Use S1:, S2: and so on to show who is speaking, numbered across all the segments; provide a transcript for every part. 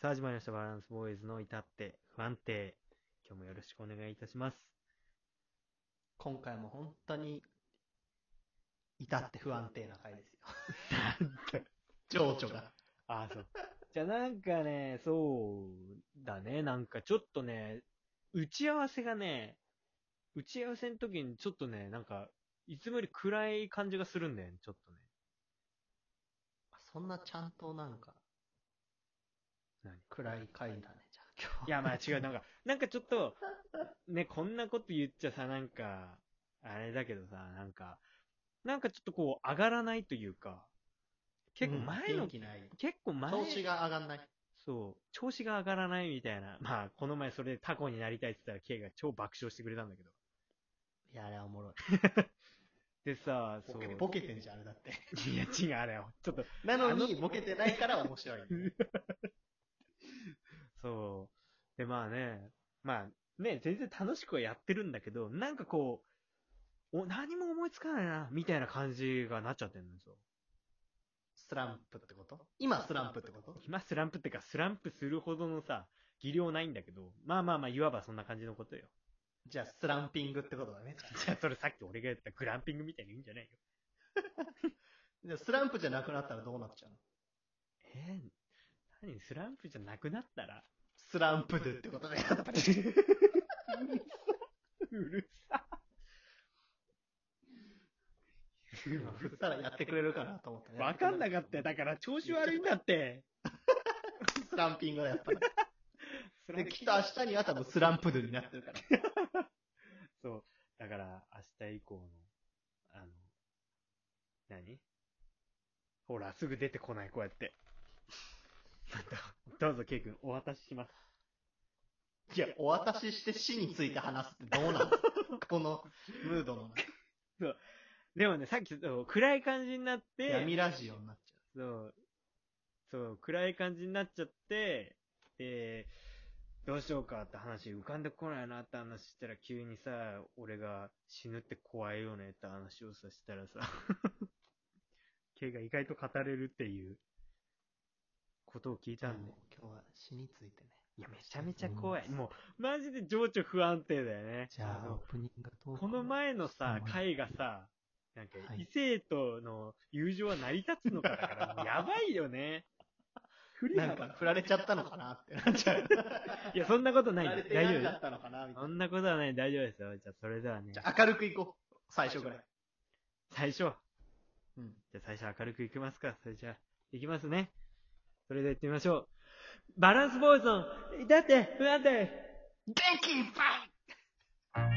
S1: さあ始まりました。バランスボーイズの至って不安定。今日もよろしくお願いいたします。
S2: 今回も本当に、至って不安定な回ですよ。情緒が。
S1: ああ、そう。 じゃあなんかね、そうだね。なんかちょっとね、打ち合わせがね、打ち合わせの時にちょっとね、なんか、いつもより暗い感じがするんだよね、ちょっとね。
S2: そんなちゃんとなんか、
S1: 何
S2: 暗い回だね、じゃあ今日。
S1: いや、まあ違う、なんか、なんかちょっ と、ね、こんなこと言っちゃさ、なんか、あれだけどさ、なんか、なんかちょっとこう、上がらないというか、結構前
S2: うん
S1: の、
S2: 元気ない。
S1: 結構前、
S2: 調子が上がんない。
S1: そう、調子が上がらないみたいな、 まあ、この前それでタコになりたいって言ったら、K が超爆笑してくれたんだけど。
S2: いや、あれはおもろい。
S1: でさ、そ
S2: ボ
S1: う。
S2: ケボケてんじゃん、あれだって。
S1: いや、違う、あれよ。ちょっと、
S2: な の
S1: あ
S2: に、
S1: の
S2: ボケてないから面白い。
S1: そう。で、まあね、まあね、全然楽しくはやってるんだけど、なんかこう、お、何も思いつかないな、みたいな感じがなっちゃってるんですよ。
S2: スランプってこと今スランプってこと
S1: 今スランプってか、スランプするほどのさ、技量ないんだけど、まあまあまあ、いわばそんな感じのことよ。
S2: じゃあ、スランピングってことだね。
S1: じゃあ、それさっき俺が言ったグランピングみたいに言うんじゃないよ。
S2: じゃあ、スランプじゃなくなったらどうなっちゃうの
S1: えー何スランプじゃなくなったら
S2: スランプでってことだよ、やっぱり。
S1: うるさ。
S2: 今振ったらやってくれるかなと思ってね。
S1: わかんなかったよ。だから調子悪いんだって。
S2: スランピングだ、やっぱり。
S1: ス ラン
S2: で、
S1: プ
S2: きっと明日には多分スランプドゥになってる から。
S1: そう。だから、明日以降の、あの、何ほら、すぐ出てこない、こうやって。どうぞ、ケイ君、お渡しします。
S2: いや、お渡しして死について話すってどう なのこのムードの
S1: でもね、さっき、そう暗い感じになって、
S2: 闇ラジオになっちゃ
S1: そう、そう、暗い感じになっちゃって、で、どうしようかって話浮かんでこないなって話したら急にさ、俺が死ぬって怖いよねって話をさしたらさ、K が意外と語れるっていうことを聞いた
S2: う。
S1: んで。
S2: もう今日は死についてね。
S1: いや、めちゃめちゃ怖い。もう、マジで情緒不安定だよね。
S2: じゃあ、オ
S1: の
S2: ープニングトーク
S1: この前のさ、
S2: うん
S1: 回がさ、なんか
S2: は、い
S1: 異性との友情は成り立つのかだから、 もうやばいよね。振り
S2: なん
S1: 幅
S2: か振られちゃったのかなってなっち ゃう。
S1: いや、そんなことな
S2: 振
S1: い
S2: られ
S1: です
S2: て
S1: 大丈夫
S2: やん
S1: で
S2: だったのかな
S1: す。
S2: みたいな
S1: そ。んなことはない、大丈夫ですよ。じゃあ、それではね
S2: じ、ゃあ、明るくいこう。最初ぐらい。
S1: 最初、じゃ
S2: うん。
S1: あ最初明るくいきますか。それじゃあ、いきますね。それでは行ってみましょう。バランスボーイズの、だって、不安定
S2: 元気いっぱい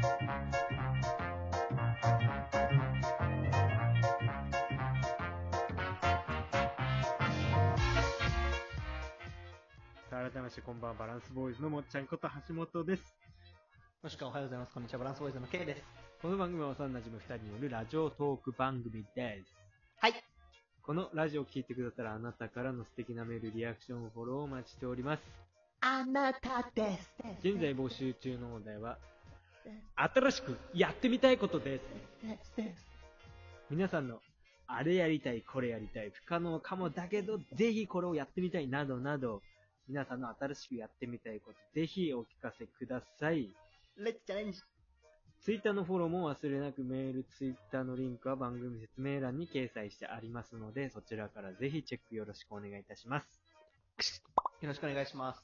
S1: さあ、改めまして、こんばんは、バランスボーイズのもっちゃんこと橋本です。
S2: もしくはおはようございます。こんにちは。バランスボーイズの K です。
S1: この番組は幼馴染二人によるラジオトーク番組です。
S2: はい。
S1: このラジオを聞いてくださったらあなたからの素敵なメール、リアクション、フォローをお待ちしております。
S2: あなたです。
S1: 現在募集中のお題は、新しくやってみたいことです。
S2: ですです。
S1: 皆さんの、あれやりたい、これやりたい、不可能かもだけど、ぜひこれをやってみたい、などなど、皆さんの新しくやってみたいこと、ぜひお聞かせください。
S2: レッツチャレンジ。
S1: ツイッターのフォローも忘れなくメール、ツイッターのリンクは番組説明欄に掲載してありますので、そちらからぜひチェックよろしくお願いいたします。
S2: よろしくお願いします。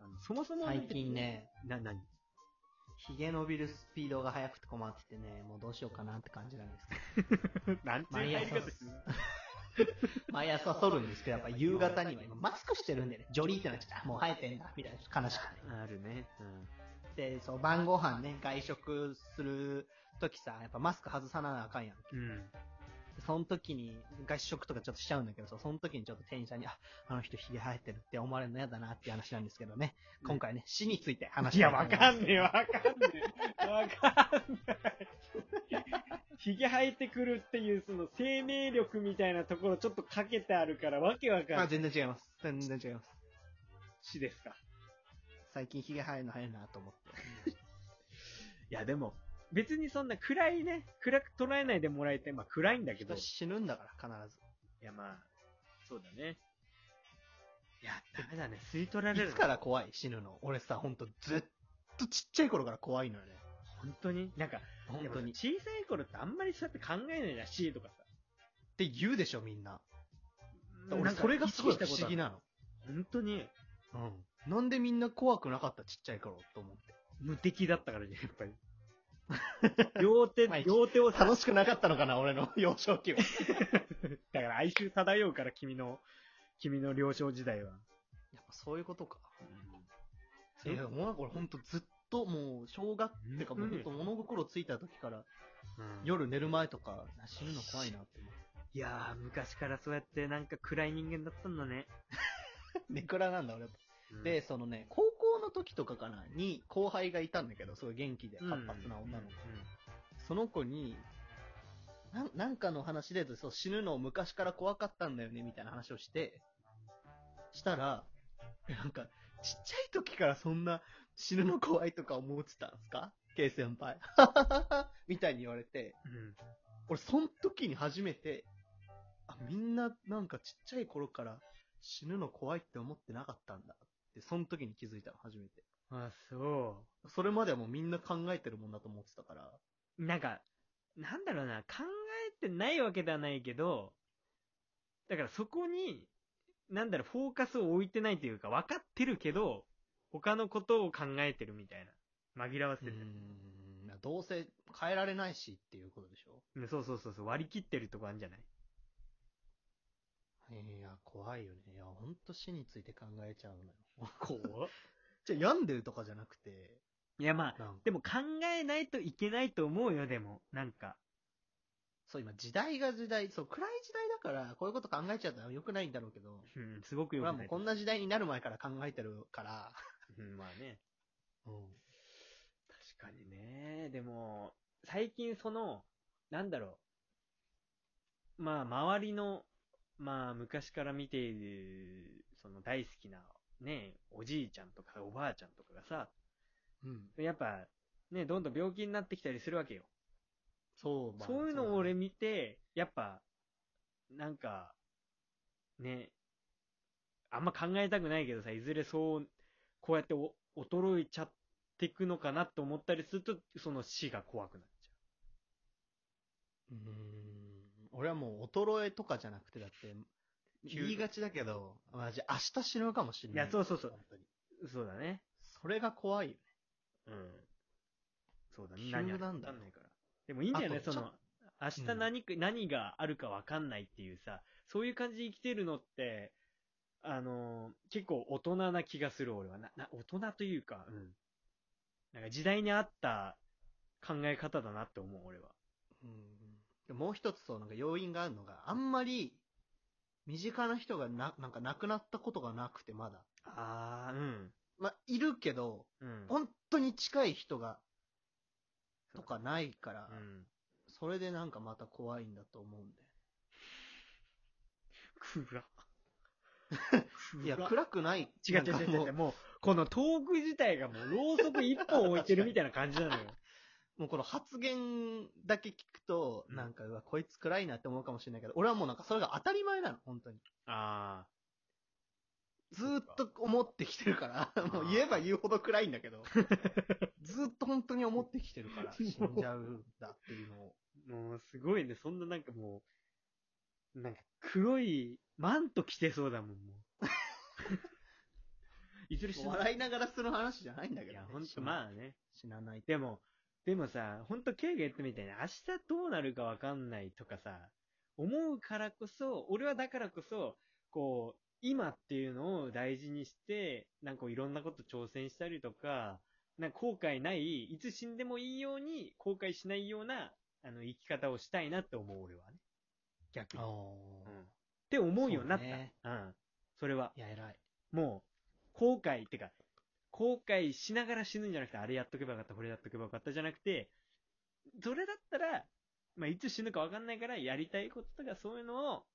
S1: あのそもそも、
S2: 最近。ね、
S1: な、なに
S2: ひげ伸びるスピードが速くて困っててね、もうどうしようかなって感じなんですけど。
S1: なん
S2: ていう入り方してる 毎朝剃るんですけど、やっぱ夕方には今マスクしてるんでね、ジョリーってなっちゃった。もう生えてんだ、みたいな。悲しくて
S1: あるね。うん。
S2: で、そう、晩ご飯ね、外食する時さ、やっぱマスク外さなあかんやん。
S1: うん。
S2: その時に、外食とかちょっとしちゃうんだけど、そうその時にちょっと店員さんに、あ、あの人ひげ生えてるって思われるの嫌だなっていう話なんですけどね。今回ね、死について話
S1: い
S2: し
S1: や、
S2: たと思
S1: わ
S2: ます
S1: かんねえ、わかんねえ。わかんない。ひげ生えてくるっていう、その生命力みたいなところちょっとかけてあるから、わけわかんな
S2: あ、
S1: い。
S2: 全然違います。全然違います。
S1: 死ですか。
S2: 最近ひげ生えるの早いなと思って。
S1: いや、でも、別にそんな暗いね、暗く捉えないでもらえて、まあ暗いんだけど。
S2: 人
S1: い
S2: 死ぬんだから、必ず。
S1: や、まあ、そうだね。いや、ダメだね、吸い取られる
S2: い
S1: ね。
S2: つから怖い死ぬの俺さ、ほんとずっとちっちゃい頃から怖いのよね。
S1: 本当になんか、
S2: 本当に。っ
S1: でもさ小さい頃ってあんまりそうやって考えないらしいとかさ。
S2: て言うでしょ、みんな。
S1: な
S2: 俺、
S1: んか
S2: それがすご
S1: 意
S2: い
S1: 識
S2: 不
S1: したこと
S2: 思議なの。
S1: 本当に、
S2: うん。なんでみんな怖くなかった、ちっちゃい頃と思って。
S1: 無敵だったからね、やっぱり。 両手
S2: まあ、
S1: 両手をさ、
S2: 楽しくなかったのかな、俺の幼少期は。
S1: だから哀愁漂うから、君の、君の幼少時代は。
S2: やっぱそういうことか。い
S1: え
S2: や、もうなんか俺ほんとずっともう、小学
S1: うん
S2: ってかもうほんと物心ついた時から、
S1: うん
S2: 夜寝る前とか、死ぬの怖いなって思う。
S1: いやー、昔からそうやってなんか暗い人間だったんだね。
S2: ネクラなんだ、俺。
S1: うん
S2: で、、そのね、高校の時とかかな、に後輩がいたんだけど、すごい元気で活発な女の子。その子に、なんなんかの話でそう死ぬの昔から怖かったんだよねみたいな話をして、したら、なんか、ちっちゃい時からそんな死ぬの怖いとか思ってたんですか ?K 先輩。みたいに言われて、
S1: うん。うん
S2: 俺その時に初めて、あ、みんななんかちっちゃい頃から死ぬの怖いって思ってなかったんだって、その時に気づいたの初めて。
S1: あ、そ
S2: それまではもうみんな考えてるもんだと思ってたから、
S1: う。なんか、なんだろうな、考えてないわけではないけど、だからそこに、なんだろう、フォーカスを置いてないというか、分かってるけど、他のことを考えてるみたいな。紛らわせ
S2: う
S1: て
S2: ー
S1: る。
S2: んまあどうせ変えられないしっていうことでしょ
S1: うんそうそうそうそう、割り切ってるとこあるんじゃない
S2: いや、怖いよね。いや、ほんと死について考えちゃうのよ。
S1: 怖
S2: じゃあ病んでるとかじゃなくて、
S1: いやまあ、
S2: なんか
S1: でも考えないといけないと思うよ、でも。なんか。
S2: そう今時代が時代、そう暗い時代だから、こういうこと考えちゃったら良くないんだろうけど、
S1: うん、すごく
S2: 俺
S1: よ
S2: は
S1: く
S2: も
S1: な
S2: う
S1: い。
S2: こんな時代になる前から考えてるから、
S1: うんまあね。
S2: うん
S1: 確かにね。でも、最近その、なんだろう。まあ、周りの、まあ、昔から見ている、その大好きな、ね、おじいちゃんとかおばあちゃんとかがさ、
S2: うん。
S1: やっぱ、ね、どんどん病気になってきたりするわけよ。
S2: そう、まあ
S1: そういうのを
S2: だ
S1: 俺
S2: ね
S1: 見て、やっぱ、なんか、ね、あんま考えたくないけどさ、いずれそう、こうやってお衰えちゃってくのかなと思ったりすると、その死が怖くなっち
S2: うーん。俺はもう衰えとかじゃなくて、だって、
S1: 急に
S2: 言いがちだけど、まあ、じゃあ明日死ぬかもしれない。
S1: いやそうそうそう
S2: 本当に。
S1: ゃう。そうだね。
S2: それが怖いよね。
S1: うん。そうだね。
S2: 急
S1: 何
S2: な
S1: が
S2: んだ
S1: わかんないから。でもいいんじゃない
S2: あと
S1: そ
S2: ち
S1: の
S2: ょ、
S1: 明日何か、何があるかわかんないっていうさ、そういう感じで生きてるのって、あのー結構大人な気がする俺は。な、な、大人というか、うん。なんか時代に合った考え方だなって思う俺は。
S2: うん、もう一つそうなんか要因があるのが、あんまり身近な人がななんか亡くなったことがなくて、まだ。
S1: ああ、うん。
S2: まあ、いるけど、
S1: うん。
S2: 本当に近い人が、とかないから、
S1: うん。
S2: それでなんかまた怖いんだと思うん
S1: 暗。
S2: で。いや、暗くない。
S1: 違う違う違う違う。
S2: なんかも
S1: もう、このトーク自体がもう、ろうそく一本置いてるみたいな感じな のよ。
S2: もうこの発言だけ聞くと、
S1: うん
S2: なんか、うわ、こいつ暗いなって思うかもしれないけど、俺はもうなんかそれが当たり前なの、本当に。
S1: あ
S2: ずーっと思ってきてるから、 もう言えば言うほど暗いんだけ ど、ずーっと本当に思ってきてる から、死んじゃうんだっていうのを。
S1: あ、もうすごいね。そんななんかもう、なんか黒いマント着てそうだもん、も う。いずれ死ぬ。
S2: 笑いながらする話じゃないんだけど、
S1: い
S2: ね。
S1: や、ほんと、まあね。
S2: 死なない。
S1: でも、でもさ、ほんと、ケイが言ったみたいに、明日どうなるかわかんないとかさ、思うからこそ、俺はだからこそ、こう、今っていうのを大事にして、なんかこういろんなこと挑戦したりとか、なんか後悔ない、いつ死んでもいいように、後悔しないような、あの、生き方をしたいなって思う、俺はね。逆に。うん。って思うようになった。う
S2: そうね
S1: ん。それは、
S2: いや、偉い。
S1: もう、後悔、ってか、後悔しながら死ぬんじゃなくて、あれやっとけばよかった、これやっとけばよかったじゃなくて、それだったら、まあ、いつ死ぬかわかんないから、やりたいこととかそういうのを、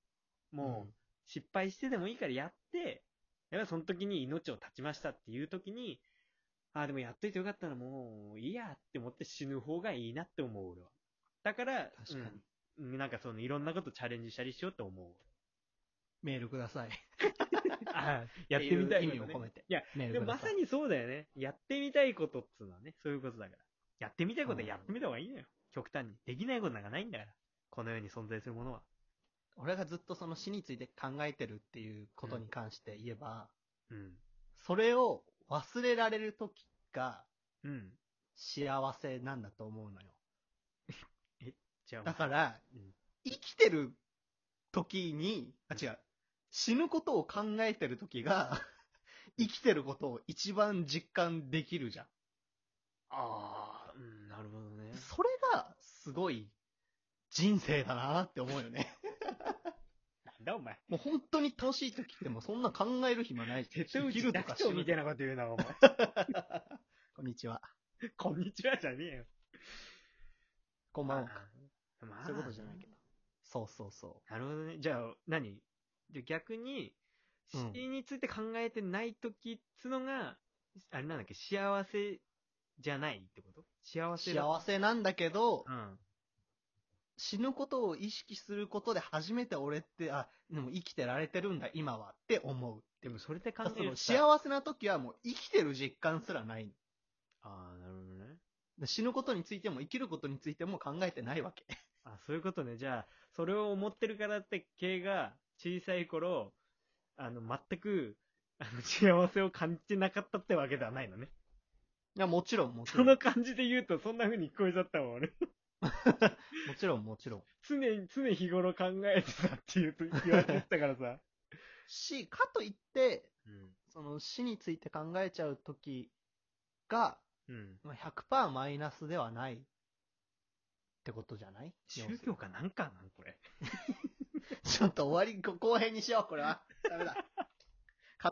S1: もう、失敗してでもいいからやって、やっぱその時に命を絶ちましたっていう時に、ああ、でもやっといてよかったな、もういいやって思って死ぬ方がいいなって思う、俺は。だから、
S2: 確かに。
S1: うん、なんかそのいろんなことチャレンジしたりしようと思う。
S2: メールください。
S1: あ やってみたい
S2: っ
S1: こ
S2: て
S1: とね
S2: う意味を込めて。
S1: いや、
S2: メー
S1: で
S2: ル
S1: も
S2: くだ
S1: ま
S2: さ
S1: さ
S2: い。
S1: にそうだよね。やってみたいことっつうのはね、そういうことだから。やってみたいことは
S2: うん
S1: やってみた方がいいのよ。極端に。できないことなんかないんだから。この世に存在するものは。
S2: 俺がずっとその死について考えてるっていうことに関して言えば、
S1: うん。
S2: それを忘れられる時が
S1: うん。
S2: 幸せなんだと思うのよ。
S1: じゃあ、
S2: だから
S1: うん、
S2: 生きてる時に、あ、違う。死ぬことを考えてる時が、生きてることを一番実感できるじゃん。
S1: ああ、うん、なるほどね。
S2: それが、すごい、人生だなって思うよね。
S1: なんだお前。
S2: もう本当に楽しい時ってもうそんな考える暇ないし。
S1: 瀬戸
S2: 生き
S1: 内
S2: るとか
S1: 寂聴みたい
S2: な。
S1: なこと言うな、お前。
S2: こんにちは。
S1: こんにちはじゃねえよ。
S2: こんばんは。
S1: あ、ま
S2: そういうことじゃないけど。そうそうそ
S1: なるほどね。じゃあ、何じゃあ逆に、死
S2: うん
S1: について考えてない時っつのが、あれなんだっけ、幸せじゃないってこと幸
S2: う。
S1: せだ。
S2: 幸せなんだけど、
S1: うん。
S2: 死ぬことを意識することで初めて俺って、あ、でも生きてられてるんだ、今はって思う。
S1: でもそれで考
S2: だから
S1: え
S2: そ
S1: る
S2: の
S1: と
S2: 幸せな時はもう生きてる実感すらない。
S1: ああ、なるほどね。
S2: で死ぬことについても生きることについても考えてないわけ。
S1: あ、そういうことね。じゃあ、それを思ってるからって、系が小さい頃、あの、全く、あの、幸せを感じてなかったってわけではないのね。
S2: いや、もちろん、もち
S1: そ
S2: ろん。
S1: の
S2: も
S1: 感じで言うと、そんな風に聞こえちゃったもん、俺。
S2: ちろん、もちろん。
S1: 常に、常日頃考えてたっていうと言われてたからさ。
S2: し、かといって、
S1: うん。
S2: その死について考えちゃう時が、
S1: うん。
S2: まあ100%マイナスではないってことじゃない
S1: 宗 教かなんかなんこれ。
S2: ちょっと終わり、こ後編にしよう、これは。ダメだ。